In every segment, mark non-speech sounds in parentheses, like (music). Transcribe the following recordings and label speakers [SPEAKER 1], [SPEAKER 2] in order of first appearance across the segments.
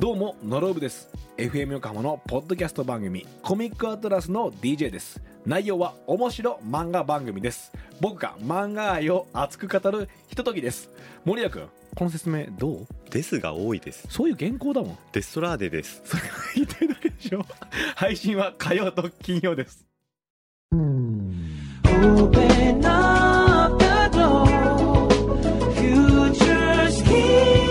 [SPEAKER 1] どうもノロブです FM 横浜のポッドキャスト番組コミックアトラスの DJ です内容は面白漫画番組です僕が漫画愛を熱く語るひとときです森谷君この説明どう
[SPEAKER 2] ですが多いです。
[SPEAKER 1] そういう原稿だもん
[SPEAKER 2] デストラーデです。
[SPEAKER 1] それが言ってるだけでしょ配信は火曜と金曜です
[SPEAKER 3] Open up the door. Futures key.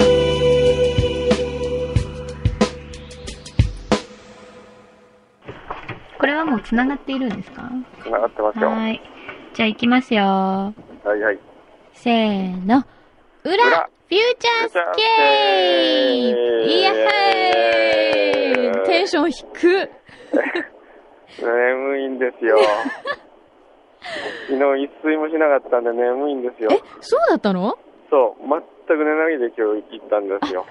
[SPEAKER 4] これはもう繋がっているんですか
[SPEAKER 5] つながってますよ。
[SPEAKER 4] は
[SPEAKER 5] は
[SPEAKER 4] ーい。じゃあ行きますよ。
[SPEAKER 5] いはい。
[SPEAKER 4] せーの。裏
[SPEAKER 5] 裏
[SPEAKER 4] フューチャースケープイエーイテンション低っ
[SPEAKER 5] 眠いんです
[SPEAKER 6] (laughs)
[SPEAKER 5] よ。昨日一睡もしなかったんで眠いんですよ。
[SPEAKER 6] え、そうだったの
[SPEAKER 5] そう、全く寝ないで今日行ったんですよ。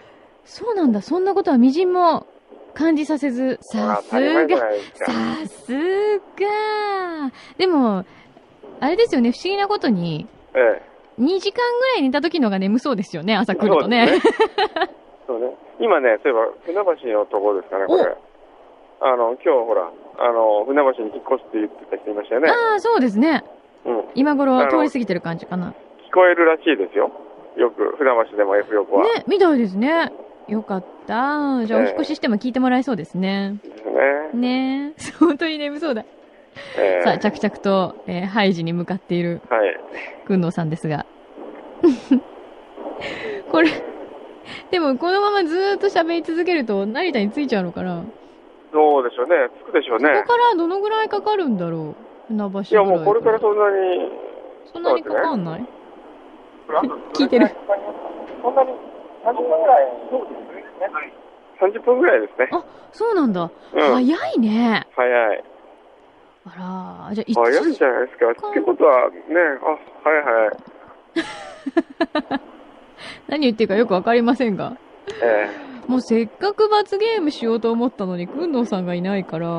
[SPEAKER 6] そうなんだ。そんなことはみじんも感じさせず。さ
[SPEAKER 5] 当
[SPEAKER 6] す
[SPEAKER 5] たり前じゃ
[SPEAKER 6] が。
[SPEAKER 5] ないですか。
[SPEAKER 6] さすが。でも、あれですよね、不思議なことに、
[SPEAKER 5] ええ。
[SPEAKER 6] 2時間ぐらい寝た時のが眠そうですよね、朝来るとね。
[SPEAKER 5] そうね。今ね、そういえば、船橋のところですかね、これ。あの、今日ほら、あの、船橋に引っ越すって言ってた人いましたよね。
[SPEAKER 6] ああ、そうですね。
[SPEAKER 5] うん。
[SPEAKER 6] 今
[SPEAKER 5] あ
[SPEAKER 6] 頃
[SPEAKER 5] の
[SPEAKER 6] 通り過ぎてる感じかな。ね、
[SPEAKER 5] 聞こえるらしいですよ。よく、船橋でも F 横は。
[SPEAKER 6] みたいですね。よかった。じゃあ、お
[SPEAKER 5] ええ
[SPEAKER 6] 引っ越ししても聞いてもらえそうですね。
[SPEAKER 5] ですね。
[SPEAKER 6] ねえ。本当に眠そうだ。
[SPEAKER 5] ええ
[SPEAKER 6] さあ、着々と、えーハイジに向かっている
[SPEAKER 5] はい。
[SPEAKER 6] くんのさんですが。 (laughs) これ、でもこのままずーっと喋り続けると成田に着いちゃうのかな、
[SPEAKER 5] どうでしょうね。着くでしょうね。
[SPEAKER 6] ここからどのぐらいかかるんだろう船橋ぐらい
[SPEAKER 5] いや、もうこれから
[SPEAKER 6] そ
[SPEAKER 5] そんなに、
[SPEAKER 6] んなにかかんない、
[SPEAKER 5] 聞
[SPEAKER 6] 聞いてる。
[SPEAKER 5] そんなに30分ぐらい、30分ぐらいですね。
[SPEAKER 6] そうなんだ。
[SPEAKER 5] うん。
[SPEAKER 6] 早いね。
[SPEAKER 5] 早い。
[SPEAKER 6] あらー、じゃあ一
[SPEAKER 5] 早い
[SPEAKER 6] 時
[SPEAKER 5] じゃないですか。ってことは、ね、あ、はいはい。
[SPEAKER 6] 何言ってるかよくわかりませんが。
[SPEAKER 5] え
[SPEAKER 6] もうせっかく罰ゲームしようと思ったのに、くんのさんがいないから。
[SPEAKER 5] え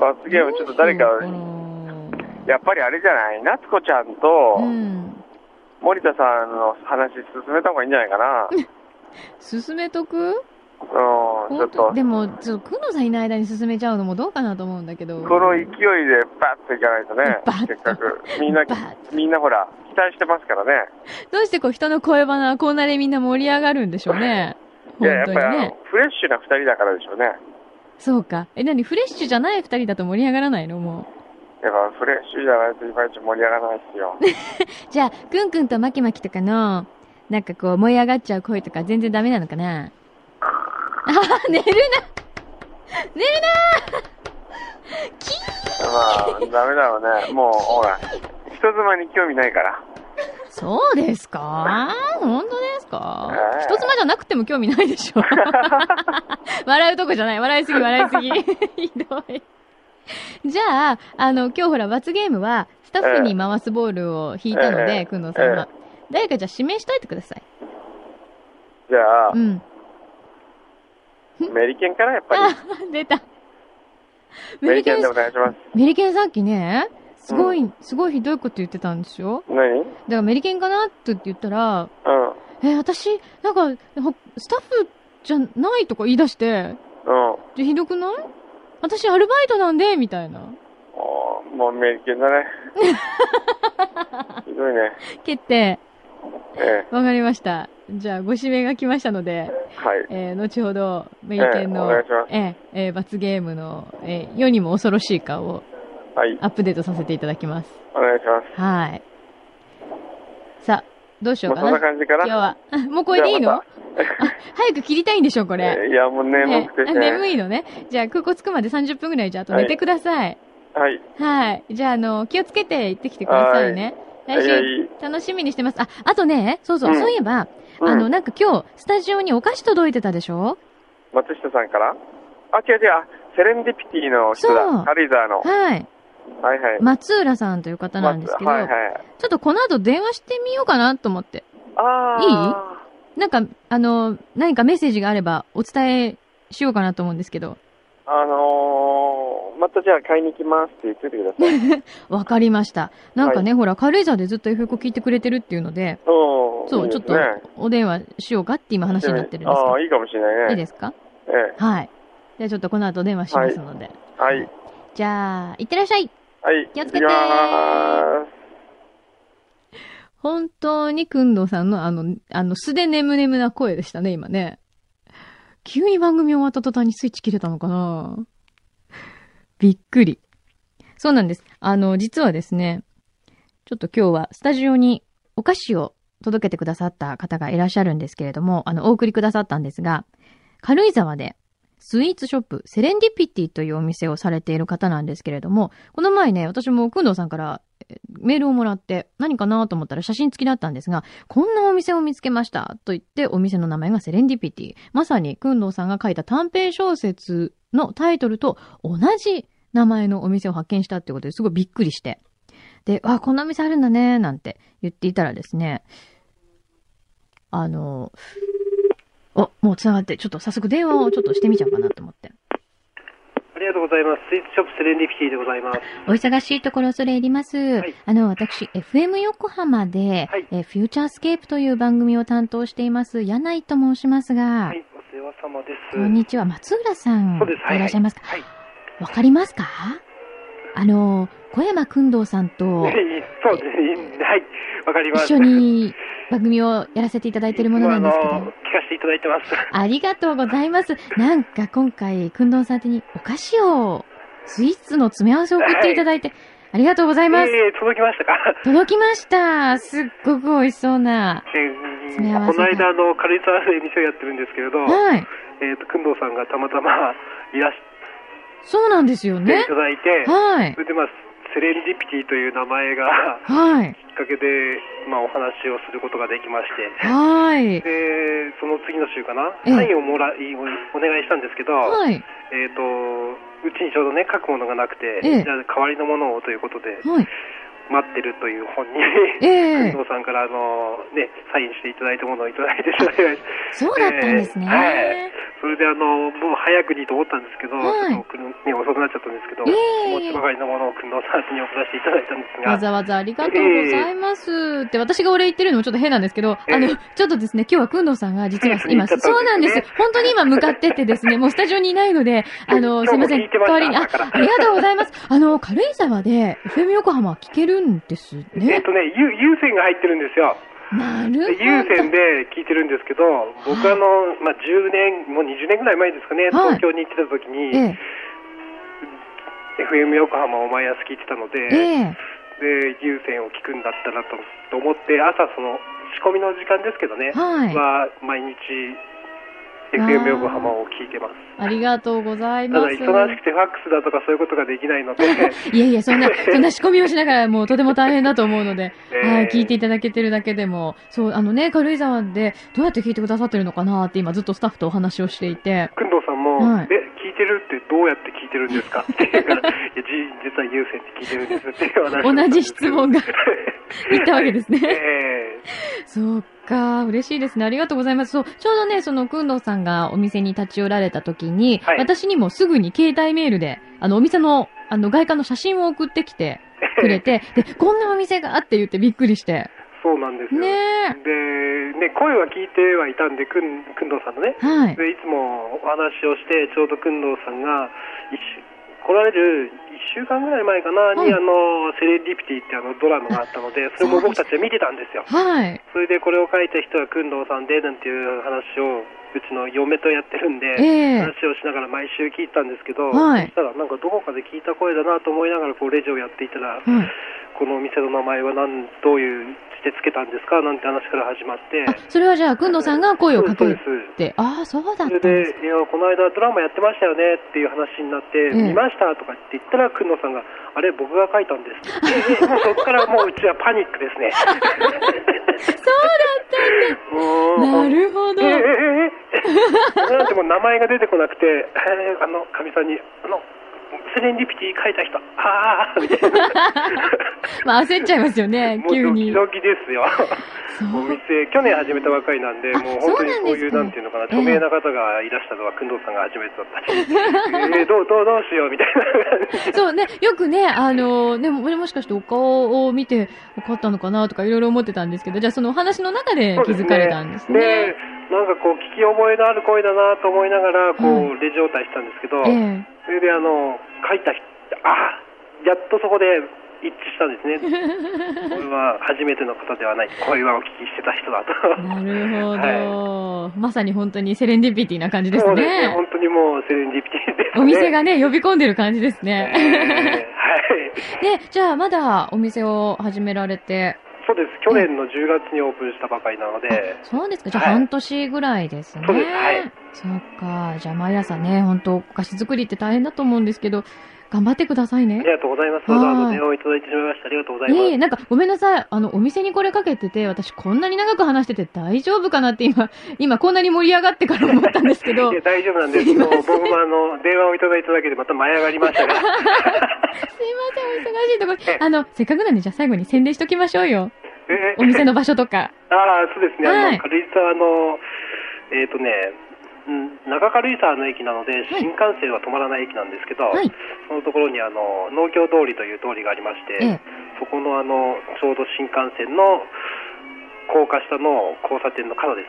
[SPEAKER 5] 罰ゲーム、ちょっと誰か、
[SPEAKER 6] どうしようかな
[SPEAKER 5] やっぱりあれじゃない夏子ちゃんと、
[SPEAKER 6] うん。
[SPEAKER 5] 森田さんの話進めた方がいいんじゃないかな。
[SPEAKER 6] 進めとく
[SPEAKER 5] うん、ちょっ
[SPEAKER 6] 本当
[SPEAKER 5] と。
[SPEAKER 6] でも、ちょっと、くのさんいない間に進めちゃうのもどうかなと思うんだけど。
[SPEAKER 5] この勢いでバッといかないとね
[SPEAKER 6] バッ、と
[SPEAKER 5] せっかく。みんな
[SPEAKER 6] バ、ーッ
[SPEAKER 5] みんなほら、期待してますからね。
[SPEAKER 6] どうしてこう、人の声バナはこんなでみんな盛り上がるんでしょうね。
[SPEAKER 5] い
[SPEAKER 6] 本
[SPEAKER 5] や、やっ
[SPEAKER 6] 当
[SPEAKER 5] ぱ
[SPEAKER 6] に
[SPEAKER 5] りあ
[SPEAKER 6] ね
[SPEAKER 5] の。、フレッシュな二人だからでしょうね。
[SPEAKER 6] そうか。え、なに、フレッシュじゃない二人だと盛り上がらないのも
[SPEAKER 5] やっぱフレッシュじゃないといまいち盛り上がらないです
[SPEAKER 6] (laughs)
[SPEAKER 5] よ。
[SPEAKER 6] う。じゃあ、くんくんとまきまきとかの、なんかこう、燃え上がっちゃう声とか全然ダメなのかな (laughs) あー寝るな
[SPEAKER 5] まあ、ダメだろうね。もう、ほら、人妻に興味ないから。
[SPEAKER 6] そうですか本当ですか
[SPEAKER 5] ええ
[SPEAKER 6] 人妻じゃなくても興味ない
[SPEAKER 5] (laughs)
[SPEAKER 6] でしょ笑うとこじゃない。笑いすぎ、笑いすぎ。
[SPEAKER 5] (laughs)
[SPEAKER 6] ひどい。じゃあ、あの、今日ほら、罰ゲームは、スタッフに回すボールを引いたの
[SPEAKER 5] え
[SPEAKER 6] で、
[SPEAKER 5] え
[SPEAKER 6] くんのさんは。誰かじゃあ指名しといてください。
[SPEAKER 5] じゃあ
[SPEAKER 6] う、ん。
[SPEAKER 5] メリケンからやっぱり、
[SPEAKER 6] 出た。
[SPEAKER 5] メ
[SPEAKER 6] メ
[SPEAKER 5] リ
[SPEAKER 6] リケ
[SPEAKER 5] ケン
[SPEAKER 6] ン
[SPEAKER 5] でお、願いします。
[SPEAKER 6] メリケンさっきね、すごい、すごいひどいこと言ってたんですよ。
[SPEAKER 5] 何うん。
[SPEAKER 6] だからメリケンかなって言ったら、え、私、なんか、ほスタッフじゃないとか言い出して、
[SPEAKER 5] うん。
[SPEAKER 6] で、ひどくない私アルバイトなんで、みたいな。
[SPEAKER 5] おーもうメリケンだ
[SPEAKER 6] (laughs)
[SPEAKER 5] ね。ひどいね。
[SPEAKER 6] 決定。
[SPEAKER 5] ええ
[SPEAKER 6] わかりました。じゃあ、ご指名が来ましたので、
[SPEAKER 5] はい。
[SPEAKER 6] えー、後ほど、メリケンの、
[SPEAKER 5] ええお願いします
[SPEAKER 6] えええー罰ゲームの、えー世にも恐ろしい顔を
[SPEAKER 5] はい。
[SPEAKER 6] アップデートさせていただきます。
[SPEAKER 5] お願いします。
[SPEAKER 6] はい。さあ、どうしよ
[SPEAKER 5] も
[SPEAKER 6] う
[SPEAKER 5] うそ
[SPEAKER 6] か
[SPEAKER 5] んな
[SPEAKER 6] な。
[SPEAKER 5] 感じか
[SPEAKER 6] 今日
[SPEAKER 5] な。
[SPEAKER 6] は。 (laughs) あもうこれでいいの、
[SPEAKER 5] じゃあ
[SPEAKER 6] あ早く切りたいんでしょ、これ。
[SPEAKER 5] いや、もう眠くて
[SPEAKER 6] ね
[SPEAKER 5] ね。
[SPEAKER 6] 眠いのね。じゃあ、空港着くまで30分ぐらい、じゃあ、あと寝てください。
[SPEAKER 5] はい。
[SPEAKER 6] はい。じゃあ、あの、気をつけて行ってきてくださいね。
[SPEAKER 5] はい
[SPEAKER 6] 来
[SPEAKER 5] は
[SPEAKER 6] 週、
[SPEAKER 5] い。
[SPEAKER 6] 楽しみにしてます。あ、あとね、そうそう、
[SPEAKER 5] うん
[SPEAKER 6] そういえば、
[SPEAKER 5] うん
[SPEAKER 6] あの、なんか今日、スタジオにお菓子届いてたでしょ
[SPEAKER 5] 松下さんからあ、違う違う。あセレンディピティの人
[SPEAKER 6] そう
[SPEAKER 5] だ。軽井沢の。
[SPEAKER 6] はい。
[SPEAKER 5] はいはい。
[SPEAKER 6] 松浦さんという方なんですけど、
[SPEAKER 5] はいはい。
[SPEAKER 6] ちょっとこの後電話してみようかなと思って。
[SPEAKER 5] ああ。いい
[SPEAKER 6] なんか、あの、何かメッセージがあればお伝えしようかなと思うんですけど。
[SPEAKER 5] あのー、
[SPEAKER 7] またじゃあ買いに行きますって言っててくだ
[SPEAKER 6] (laughs)
[SPEAKER 7] さい。
[SPEAKER 6] わかりました。なんかね、ほら、軽井沢でずっと F コ聞いてくれてるっていうので、
[SPEAKER 7] うん。
[SPEAKER 6] そう、
[SPEAKER 7] いい
[SPEAKER 6] ち
[SPEAKER 7] で
[SPEAKER 6] ょ
[SPEAKER 7] す
[SPEAKER 6] っと
[SPEAKER 7] ね
[SPEAKER 6] お電話しようかって今話になってるんです
[SPEAKER 7] ああ、
[SPEAKER 6] か
[SPEAKER 7] いいかもしれないね。
[SPEAKER 6] いいですか
[SPEAKER 7] え
[SPEAKER 6] はい。じゃあちょっとこの後お電話しますので。
[SPEAKER 7] えはい。
[SPEAKER 6] じゃあ、いってらっしゃい
[SPEAKER 7] はい。
[SPEAKER 6] 気をつけて
[SPEAKER 7] 行きます
[SPEAKER 6] 本当にくんどうさんのあの、あの素で眠眠な声でしたね、今ね。急に番組終わった途端にスイッチ切れたのかなびっくり。そうなんです。あの、実はですね、ちょっと今日はスタジオにお菓子を届けてくださった方がいらっしゃるんですけれども、あの、お送りくださったんですが、軽井沢でスイーツショップセレンディピティというお店をされている方なんですけれども、この前ね、私もくんどうさんからメールをもらって、何かなと思ったら写真付きだったんですが、こんなお店を見つけましたと言って、お店の名前がセレンディピティ。まさに、くんどうさんが書いた短編小説のタイトルと同じ名前のお店を発見したってことですごいびっくりして。で、あ、こんなお店あるんだね、なんて言っていたらですね、あの、お、もう繋がって、ちょっと早速電話をちょっとしてみちゃおうかなと思って。
[SPEAKER 5] ありがとうございます。スイーツショップセレンディピティでございます。
[SPEAKER 6] お忙しいところ恐れ入ります。
[SPEAKER 5] い
[SPEAKER 6] あの、私、FM 横浜で、
[SPEAKER 5] はい
[SPEAKER 6] えーフューチャースケープという番組を担当しています、柳井と申しますが、
[SPEAKER 5] はい、お世話様です。
[SPEAKER 6] こんにちは、松浦さん、
[SPEAKER 5] そうですはい
[SPEAKER 6] いらっしゃいますか
[SPEAKER 5] はい。
[SPEAKER 6] わかりますかあの、小山くんどうさんと
[SPEAKER 5] いい (laughs) そうですね。いいはい、わかります。
[SPEAKER 6] 一緒に番組をやらせていただいているものなんですけ
[SPEAKER 5] (laughs) あの
[SPEAKER 6] ど、
[SPEAKER 5] 聞かせていただいてます。
[SPEAKER 6] ありがとうございます。なんか今回、くんどうさん宛てにお菓子を、スイーツの詰め合わせを送っていただいて、ありがとうございます。
[SPEAKER 5] えー、届きましたか
[SPEAKER 6] 届きました。すっごく美味しそうな。
[SPEAKER 5] えー
[SPEAKER 6] 詰め合わ
[SPEAKER 5] こ
[SPEAKER 6] せ
[SPEAKER 5] の
[SPEAKER 6] が
[SPEAKER 5] 間、あの、軽井沢で店をやってるんですけれど、
[SPEAKER 6] はい。
[SPEAKER 5] えっ、と、くんどうさんがたまたまいらし
[SPEAKER 6] そうなんですよ
[SPEAKER 5] てい
[SPEAKER 6] ね。
[SPEAKER 5] ただいて、
[SPEAKER 6] はい
[SPEAKER 5] そ。れでまあ、セレンディピティという名前が
[SPEAKER 6] はい。
[SPEAKER 5] きっかけで、まあ、お話をすることができまして、
[SPEAKER 6] はい。
[SPEAKER 5] で、その次の週かな、
[SPEAKER 6] ええ
[SPEAKER 5] サインをもらい、お願いしたんですけど、
[SPEAKER 6] はい。
[SPEAKER 5] えー、とうちにちょうどね書くものがなくて、
[SPEAKER 6] ええ
[SPEAKER 5] じゃあ代わりのものをということで
[SPEAKER 6] はい。
[SPEAKER 5] 待ってるという本に
[SPEAKER 6] え
[SPEAKER 5] 工
[SPEAKER 6] え
[SPEAKER 5] 藤さんからあの、ね、サインしていただいたものをいただいてしまいました
[SPEAKER 6] そうだったんですね。
[SPEAKER 5] はいそれであのもう早くにと思ったんですけど、
[SPEAKER 6] はい
[SPEAKER 5] ちょっと送るね、遅くなっちゃったんですけど、
[SPEAKER 6] いえ
[SPEAKER 5] お
[SPEAKER 6] いえ
[SPEAKER 5] 持ちばかりのものを工藤さんに送らせていただいたんですが
[SPEAKER 6] わざわざありがとうございます。って、私がお礼言ってるのもちょっと変なんですけど、
[SPEAKER 5] ええ
[SPEAKER 6] あの、ちょっとですね、今日はくんどうさんが実は
[SPEAKER 5] ええ行
[SPEAKER 6] 今、
[SPEAKER 5] っちゃったんですね
[SPEAKER 6] そうなんです。本当に今向かってってですね、もうスタジオにいないので、あの、すいませ
[SPEAKER 5] 今日も聞い
[SPEAKER 6] ん、
[SPEAKER 5] てま
[SPEAKER 6] 代
[SPEAKER 5] した
[SPEAKER 6] わりに、あ、ありがとうございます。あの、軽井沢で FM 横浜は聞けるんです
[SPEAKER 5] えっ
[SPEAKER 6] ね。
[SPEAKER 5] とね、ゆ優先が入ってるんですよ。
[SPEAKER 6] なるほど。
[SPEAKER 5] で優先で聞いてるんですけど、僕あの、まあ、10年、もう20年ぐらい前ですかね、
[SPEAKER 6] はい
[SPEAKER 5] 東京に行ってた時に、
[SPEAKER 6] ええ、
[SPEAKER 5] FM 横浜を毎朝聞いてたの
[SPEAKER 6] え
[SPEAKER 5] で、
[SPEAKER 6] え。
[SPEAKER 5] で、有線を聞くんだったらとと思って、朝その仕込みの時間ですけどね、
[SPEAKER 6] はい。
[SPEAKER 5] は毎日
[SPEAKER 6] ー
[SPEAKER 5] FM 横浜を聞いてます。
[SPEAKER 6] ありがとうござい
[SPEAKER 5] た
[SPEAKER 6] ま
[SPEAKER 5] だ
[SPEAKER 6] す。
[SPEAKER 5] 忙しくてファックスだとかそういうことができないので、
[SPEAKER 6] (laughs) いやいや、そ
[SPEAKER 5] (laughs)
[SPEAKER 6] んな、そんな仕込みをしながらもうとても大変だと思うので、
[SPEAKER 5] えー
[SPEAKER 6] はい、聞いていただけてるだけでも、そう、あのね、軽井沢でどうやって聞いてくださってるのかなって今ずっとスタッフとお話をして
[SPEAKER 5] (laughs)
[SPEAKER 6] いて、
[SPEAKER 5] くんどうさんも、
[SPEAKER 6] はい
[SPEAKER 5] え、聞いてるってどうやって聞いてるんですかっていうから、いや、じ実は優先って聞いてるんですっていう話を
[SPEAKER 6] 同じ質問
[SPEAKER 5] (laughs)
[SPEAKER 6] が言ったわけですね。
[SPEAKER 5] え
[SPEAKER 6] そうか、嬉しいですね。ありがとうございます。そう、ちょうどね、その、くんどうさんがお店に立ち寄られた時に、
[SPEAKER 5] はい
[SPEAKER 6] 私にもすぐに携帯メールで、あの、お店の、あの、外観の写真を送ってきてくれ
[SPEAKER 5] (laughs)
[SPEAKER 6] て、で、こんなお店があって言ってびっくりして。
[SPEAKER 5] えそうなんですよ。
[SPEAKER 6] ね
[SPEAKER 5] で、ね、声は聞いてはいたんで、くん、くんどうさんのね。
[SPEAKER 6] え。はい。
[SPEAKER 5] で、いつもお話をして、ちょうどくんどうさんが、一週、来られる1週間ぐらい前かな、に、
[SPEAKER 6] はい
[SPEAKER 5] あの、セレンディピティってあのドラマがあったので、それも僕たちは見てたんですよ。
[SPEAKER 6] はい。
[SPEAKER 5] それでこれを書いた人はくんどうさんで、なんていう話を、うちの嫁とやってるんで、
[SPEAKER 6] ええ
[SPEAKER 5] 話をしながら毎週聞いてたんですけど、
[SPEAKER 6] はい
[SPEAKER 5] そしたらなんかどこかで聞いた声だなと思いながらこうレジをやっていたら、
[SPEAKER 6] はい。
[SPEAKER 5] このお店の名前はなんどういうしてつけたんですかなんて話から始まって
[SPEAKER 6] あ、それはじゃあ、くんどうさんが声をかけ
[SPEAKER 5] そうです
[SPEAKER 6] て、ああ、そうだっ
[SPEAKER 5] そ
[SPEAKER 6] た
[SPEAKER 5] れ
[SPEAKER 6] んです
[SPEAKER 5] で、いや、この間ドラマやってましたよねっていう話になって、
[SPEAKER 6] ええ
[SPEAKER 5] 見ましたとかって言ったら、くんのさんが、あれ、僕が書いたんですって言
[SPEAKER 6] (laughs)
[SPEAKER 5] って、もうそこからもううちはパニックですね。 (laughs) そうだったんで
[SPEAKER 6] な
[SPEAKER 5] す。
[SPEAKER 6] るほど。
[SPEAKER 5] ええええええなんてもう名前が出てこなくて、えーあの、かみさんに、あの、セレンディピティ書いた人、あーみたいな。
[SPEAKER 6] まあ焦っちゃいますよね
[SPEAKER 5] も、う
[SPEAKER 6] 急に。
[SPEAKER 5] ドキドキですよ。
[SPEAKER 6] そう
[SPEAKER 5] お店、去年始めたばかりなんで、
[SPEAKER 6] あ
[SPEAKER 5] もう本当にこういう、
[SPEAKER 6] そ
[SPEAKER 5] な
[SPEAKER 6] うなん
[SPEAKER 5] んて
[SPEAKER 6] ですか
[SPEAKER 5] いうのかな、
[SPEAKER 6] ええ
[SPEAKER 5] 著名な方がいらしたのは、工藤さんが初めてだった
[SPEAKER 6] (laughs)
[SPEAKER 5] り、えーどう、どう、どうしようみたいな感じ
[SPEAKER 6] そうね、よくね、あのね、ももしかしてお顔を見て分かったのかなとかいろいろ思ってたんですけど、じゃあそのお話の中で気づかれたんですね。
[SPEAKER 5] で、なんかこう、聞き覚えのある声だなと思いながら、
[SPEAKER 6] は
[SPEAKER 5] こう、レジ応対したんですけど、
[SPEAKER 6] ええ。
[SPEAKER 5] それで、あの、書いた人、あーやっとそこで一致したん
[SPEAKER 6] (laughs)
[SPEAKER 5] ですね。これは初めての方ではない、声はお聞きしてた人だと。
[SPEAKER 6] なるほ
[SPEAKER 5] はい
[SPEAKER 6] ど、まさに本当にセレンディピティな感じです
[SPEAKER 5] そうですね、
[SPEAKER 6] ね。
[SPEAKER 5] 本当にもうセレンディピティですね。
[SPEAKER 6] お店がね、呼び込んでる感じです
[SPEAKER 5] えー。
[SPEAKER 6] ね。
[SPEAKER 5] はい。
[SPEAKER 6] (laughs) で、じゃあまだお店を始められて、
[SPEAKER 5] そうです。去年の10月にオープンしたばかりなので、
[SPEAKER 6] そうですか、じゃあ
[SPEAKER 5] はい
[SPEAKER 6] 半年ぐらいですね。
[SPEAKER 5] そうですはい
[SPEAKER 6] そっか、じゃあ毎朝ね、本当お菓子作りって大変だと思うんですけど、頑張ってください
[SPEAKER 5] あ
[SPEAKER 6] ね
[SPEAKER 5] り。がとうございます。わざわ
[SPEAKER 6] は
[SPEAKER 5] ざ
[SPEAKER 6] い
[SPEAKER 5] 電話をいただいてしまいました。ありがとうござい
[SPEAKER 6] い
[SPEAKER 5] ま
[SPEAKER 6] えい
[SPEAKER 5] す。
[SPEAKER 6] え、なんかごめんなさい。あの、お店にこれかけてて、私こんなに長く話してて大丈夫かなって今、 (laughs) 今こんなに盛り上がってから思ったんですけど
[SPEAKER 5] (laughs) いや、大丈夫なんです
[SPEAKER 6] すい
[SPEAKER 5] け
[SPEAKER 6] ま
[SPEAKER 5] ど
[SPEAKER 6] せん、
[SPEAKER 5] 僕もあの、電話をいただいただけでまた舞い上がりましたが、
[SPEAKER 6] (laughs) すいません、お忙しいところ。あの、せっかくなんで、じゃあ最後に宣伝しときましょうよ。
[SPEAKER 5] え
[SPEAKER 6] お店の場所とか。
[SPEAKER 5] ああ、そうですね。
[SPEAKER 6] はい
[SPEAKER 5] あの、軽井沢の、えっ、とね、うん中軽井沢の駅なので、新幹線は止まらない駅なんですけど、
[SPEAKER 6] はい
[SPEAKER 5] そのところにあの農協通りという通りがありまして、
[SPEAKER 6] ええ
[SPEAKER 5] そこのあのちょうど新幹線の高架下の交差点の角で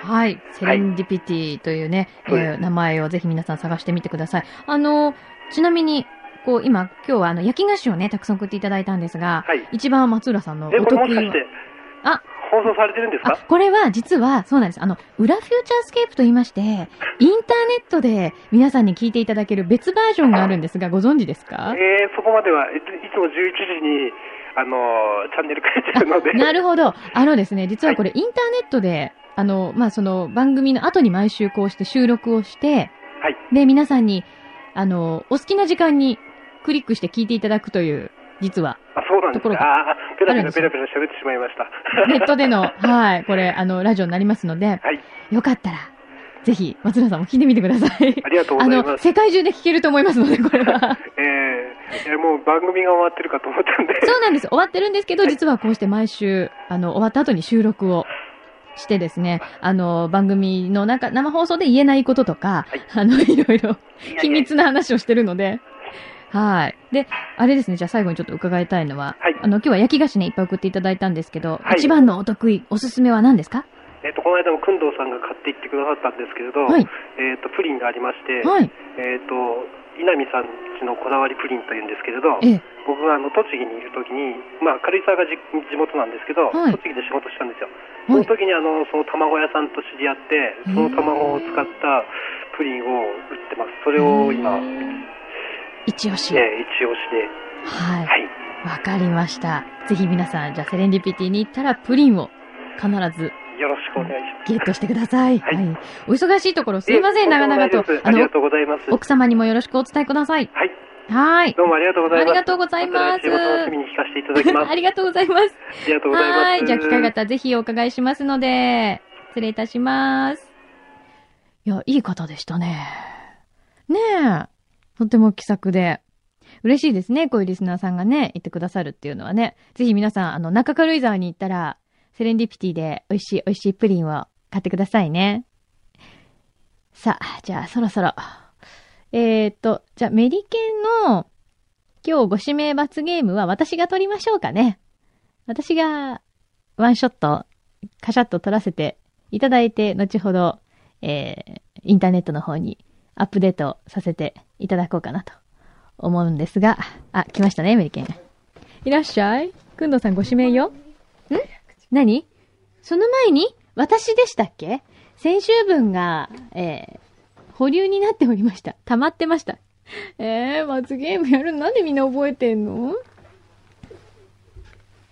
[SPEAKER 5] す。 (laughs)
[SPEAKER 6] はい。セレンディピティというね、
[SPEAKER 5] はい
[SPEAKER 6] えー名前をぜひ皆さん探してみてください。あの、ちなみに、こう、今、今日はあの、焼き菓子をね、たくさん送っていただいたんですが、
[SPEAKER 5] はい。
[SPEAKER 6] 一番松浦さんのお
[SPEAKER 5] え、こ
[SPEAKER 6] 得
[SPEAKER 5] れも
[SPEAKER 6] 意
[SPEAKER 5] しかし
[SPEAKER 6] は
[SPEAKER 5] て、
[SPEAKER 6] あ
[SPEAKER 5] 放送されてるんです
[SPEAKER 6] あ
[SPEAKER 5] か、
[SPEAKER 6] これは実は、そうなんです。あの、裏フューチャースケープと言いまして、インターネットで皆さんに聞いていただける別バージョンがあるんですが、ご存知ですか
[SPEAKER 5] えーそこまでは、いついつも11時に、あのチャンネル変えてるの (laughs) で、
[SPEAKER 6] なるほど。あのですね、実はこれインターネットで、あの、まあ、その番組の後に毎週こうして収録をして、
[SPEAKER 5] はい
[SPEAKER 6] で、皆さんに、あの、お好きな時間にクリックして聞いていただくという、実
[SPEAKER 5] (laughs)
[SPEAKER 6] は、
[SPEAKER 5] あ、そうなんで
[SPEAKER 6] とこ
[SPEAKER 5] すね。
[SPEAKER 6] ろが
[SPEAKER 5] あーペラペ
[SPEAKER 6] あるんで
[SPEAKER 5] ラ
[SPEAKER 6] す
[SPEAKER 5] ペ
[SPEAKER 6] よ
[SPEAKER 5] ラペラ喋ってしまいました。
[SPEAKER 6] ネットでの、はい、これ、あの、ラジオになりますので、
[SPEAKER 5] はい。
[SPEAKER 6] よかったら、ぜひ、松浦さんも聞いてみてください
[SPEAKER 5] あ。りがとうご
[SPEAKER 6] あ
[SPEAKER 5] ざい
[SPEAKER 6] の、
[SPEAKER 5] ます。
[SPEAKER 6] 世界中で聞けると思いますので、これは。
[SPEAKER 5] えー、えーもう番組が終わってるかと思ったんで、
[SPEAKER 6] そうなんです。終わってるんですけど、実はこうして毎週、あの、終わった後に収録をしてですね、あの、番組の中、生放送で言えないこととか、あの、いろいろ、秘密な話をしてるので、はい。で、あれですね、じゃあ最後にちょっと伺いたいのは、
[SPEAKER 5] はい
[SPEAKER 6] あの、今日は焼き菓子ね、いっぱい送っていただいたんですけど、
[SPEAKER 5] はい
[SPEAKER 6] 一番のお得意、おすすめは何ですか
[SPEAKER 5] えっとこの間も工藤さんが買ってきてくださったんですけれど、
[SPEAKER 6] はい
[SPEAKER 5] えっとプリンがありまして、
[SPEAKER 6] はい。
[SPEAKER 5] えっと稲見さんちのこだわりプリンというんですけれど、
[SPEAKER 6] ええ。
[SPEAKER 5] 僕があの栃木にいるときに、まあ、軽井沢がじ地元なんですけど、
[SPEAKER 6] はい
[SPEAKER 5] 栃木で仕事したんですよ、
[SPEAKER 6] はい
[SPEAKER 5] その時にあのその卵屋さんと知り合ってその卵を使ったプリンを売ってますそれを今、え
[SPEAKER 6] 一押し。
[SPEAKER 5] ー一押しで
[SPEAKER 6] はい。
[SPEAKER 5] はい
[SPEAKER 6] わかりました。ぜひ皆さん、じゃあセレンディピティに行ったらプリンを必ず
[SPEAKER 5] よろしくお願いします
[SPEAKER 6] ゲットしてください。は、
[SPEAKER 5] はいい
[SPEAKER 6] お忙しいところすいませ
[SPEAKER 5] え
[SPEAKER 6] ん、長々
[SPEAKER 5] とん
[SPEAKER 6] と
[SPEAKER 5] でもないです。
[SPEAKER 6] あ
[SPEAKER 5] あり
[SPEAKER 6] の
[SPEAKER 5] が、とうございます
[SPEAKER 6] 奥様にもよろしくお伝えください。
[SPEAKER 5] はい
[SPEAKER 6] はーい。
[SPEAKER 5] どうもありがとうござ
[SPEAKER 6] あ
[SPEAKER 5] い
[SPEAKER 6] り
[SPEAKER 5] ます
[SPEAKER 6] がとうございます。
[SPEAKER 5] こちらの楽しみに聞かせていただきます
[SPEAKER 6] (laughs) ありがとうございます。
[SPEAKER 5] ありがとうございます
[SPEAKER 6] はーい。じゃあ、機会があったらぜひお伺いしますので、失礼いたします。いや、いい方でしたね。ねえ。とても気さくで。嬉しいですね。こういうリスナーさんがね、言ってくださるっていうのはね。ぜひ皆さん、あの、中軽井沢に行ったら、セレンディピティで美味しい美味しいプリンを買ってくださいね。さあ、じゃあ、そろそろ。えーっと、じゃあ、メリケンの今日ご指名罰ゲームは私が取りましょうかね。私がワンショット、カシャッと撮らせていただいて、後ほど、えー、インターネットの方にアップデートさせていただこうかなと思うんですが、あ、来ましたね、メリケン。いらっしゃい。くんどうさんご指名よ。ん何その前に、私でしたっけ先週分が、えー、保留になっておりました。溜まってました。えー、罰ゲームやるのなんでみんな覚えてんの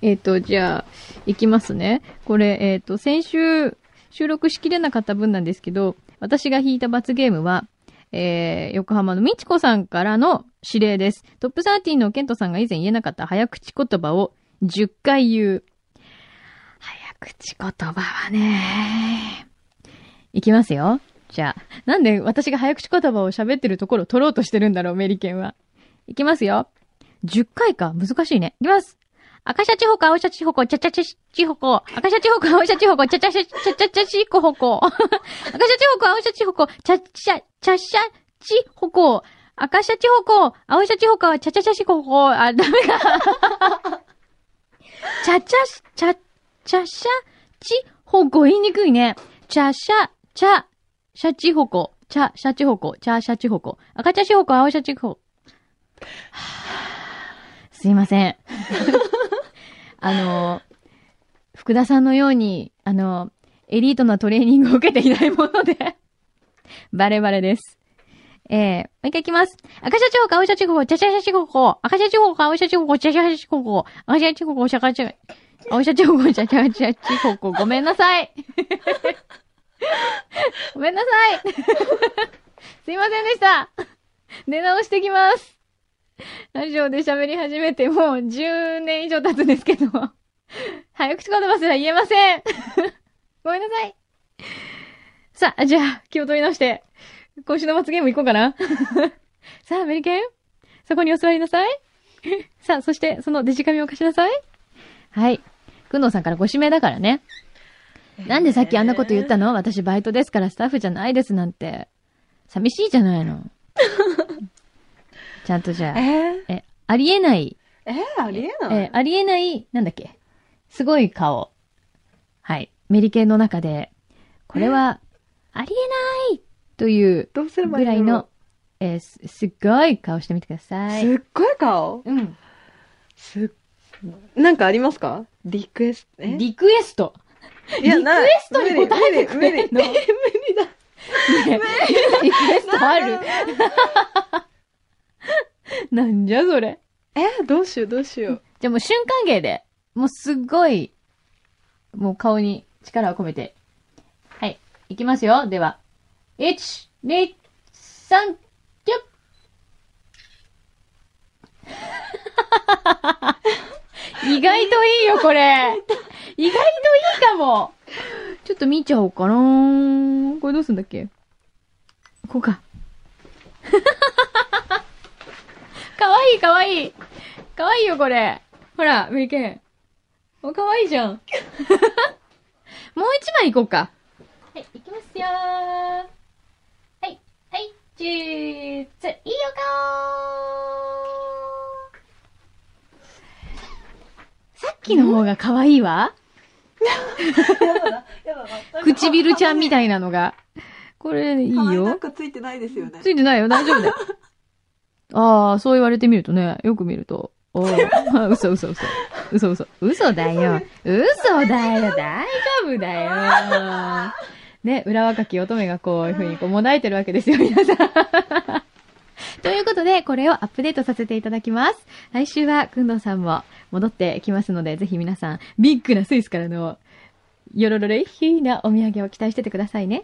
[SPEAKER 6] えっ、と、じゃあ、いきますね。これ、えっ、と、先週、収録しきれなかった分なんですけど、私が引いた罰ゲームは、えー、横浜のみちこさんからの指令です。トップ13のケントさんが以前言えなかった早口言葉を10回言う。早口言葉はね、いきますよ。じゃあ、なんで私が早口言葉を喋ってるところを取ろうとしてるんだろう、メリケンは。いきますよ。10回か。難しいね。いきます。赤シャチホコ、青シャチホコ、チャチャチャチホコ。赤シャチホコ、青シャチホコ、チャチャチャチャチャチャチコホコ。 (laughs) 赤シャチホコ、青シャチホコ、チャチャ、チャシャチホコ。赤シャチホコ、青シャチホコ、チャチャチャチホコ。あ、ダメだ。 (laughs) チャチャし、チャ、チャシャチホコ。言いにくいね。チャシャ、チャ、シャチホコ。チャ、シャチホコ、チャ、シャチホコ。赤シャチホコ、青シャチホコ。 (sighs) すいません。あの、福田さんのように、あの、エリートなトレーニングを受けていないもので、 (laughs) バレバレです。えー、もう一回いきます。赤シャチホコ、青シャチホコ、チャチャシャチホコ、赤シャチホコ、青シャチホコ、チャチャシャチホコ、赤シャチホコ、シャカチャ、青シャチホコ、チャチャシャチホコ、ごめんなさい。 (laughs) ごめんなさい。 (laughs) すいませんでした。 (laughs) 出直してきます。ラジオで喋り始めてもう10年以上経つんですけど、 (laughs) 早口言葉すら言えません。 (laughs) ごめんなさい。さあ、じゃあ、気を取り直して、今週の罰ゲーム行こうかな。 (laughs) さあ、アメリケン、そこにお座りなさい。 (laughs) さあ、そして、そのデジカメを貸しなさい。はい。くんのさんからご指名だからね。なんでさっきあんなこと言ったの私バイトですからスタッフじゃないですなんて。寂しいじゃないの。ちゃんとじゃあ。
[SPEAKER 8] え
[SPEAKER 6] え、ありえない、
[SPEAKER 8] えー、ありえない。
[SPEAKER 6] え、ありえない、なんだっけ、すごい顔。はい。メリケンの中で、これは、ありえないという
[SPEAKER 8] どうすればい
[SPEAKER 6] ぐ
[SPEAKER 8] いん
[SPEAKER 6] ら
[SPEAKER 8] だろ
[SPEAKER 6] いうの、えーす、すっごい顔してみてくださ
[SPEAKER 8] す
[SPEAKER 6] い。
[SPEAKER 8] っごい顔
[SPEAKER 6] うん。
[SPEAKER 8] すっなんかありますかリクエスト。え
[SPEAKER 6] リクエスト。
[SPEAKER 8] いや
[SPEAKER 6] リク
[SPEAKER 8] な
[SPEAKER 6] エストに答えてくれんの
[SPEAKER 8] 無 (laughs) 理無理無理え無理だ。
[SPEAKER 6] ねえリクエストある。 (laughs) なんじゃそれ。
[SPEAKER 8] えどうしようどうしよう。
[SPEAKER 6] じゃあもう瞬間芸で、もうすっごい、もう顔に力を込めて。はい。いきますよ。では。1、2、3、キュ (laughs) ッ意外といいよ、これ。意外といいかも。ちょっと見ちゃおうかなこれどうすんだっけこうか。 (laughs) かわいい、かわいい。かわいいよ、これ。ほら、メリケン。お、かわいい (laughs) じゃん。もう一枚いこうか。はい、いきますよー。はい、はい、チーズ。いいよ、顔さっきの方が可愛いわ。 (laughs) 唇ちゃんみたいなのが。これ、いいよ。
[SPEAKER 8] くついてないですよね
[SPEAKER 6] ついてないよ、大丈夫だよ。ああ、そう言われてみるとね、よく見ると。おー嘘嘘嘘。嘘嘘。嘘だよ。嘘だよ。大丈夫だよ。ね、裏若き乙女がこういうふうにこうもだえてるわけですよ、皆さん。 (laughs) ということで、これをアップデートさせていただきます。来週は、くんどうさんも戻ってきますので、ぜひ皆さん、ビッグなスイスからの、よろろれひーなお土産を期待しててくださいね。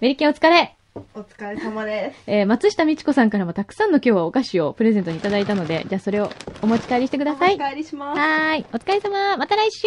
[SPEAKER 6] メリケンお疲れ
[SPEAKER 8] お疲れ様です。
[SPEAKER 6] えー松下美智子さんからもたくさんの今日はお菓子をプレゼントにいただいたので、じゃあそれをお持ち帰りしてください。は
[SPEAKER 8] りしま
[SPEAKER 6] ーい。お疲れ様。また来週。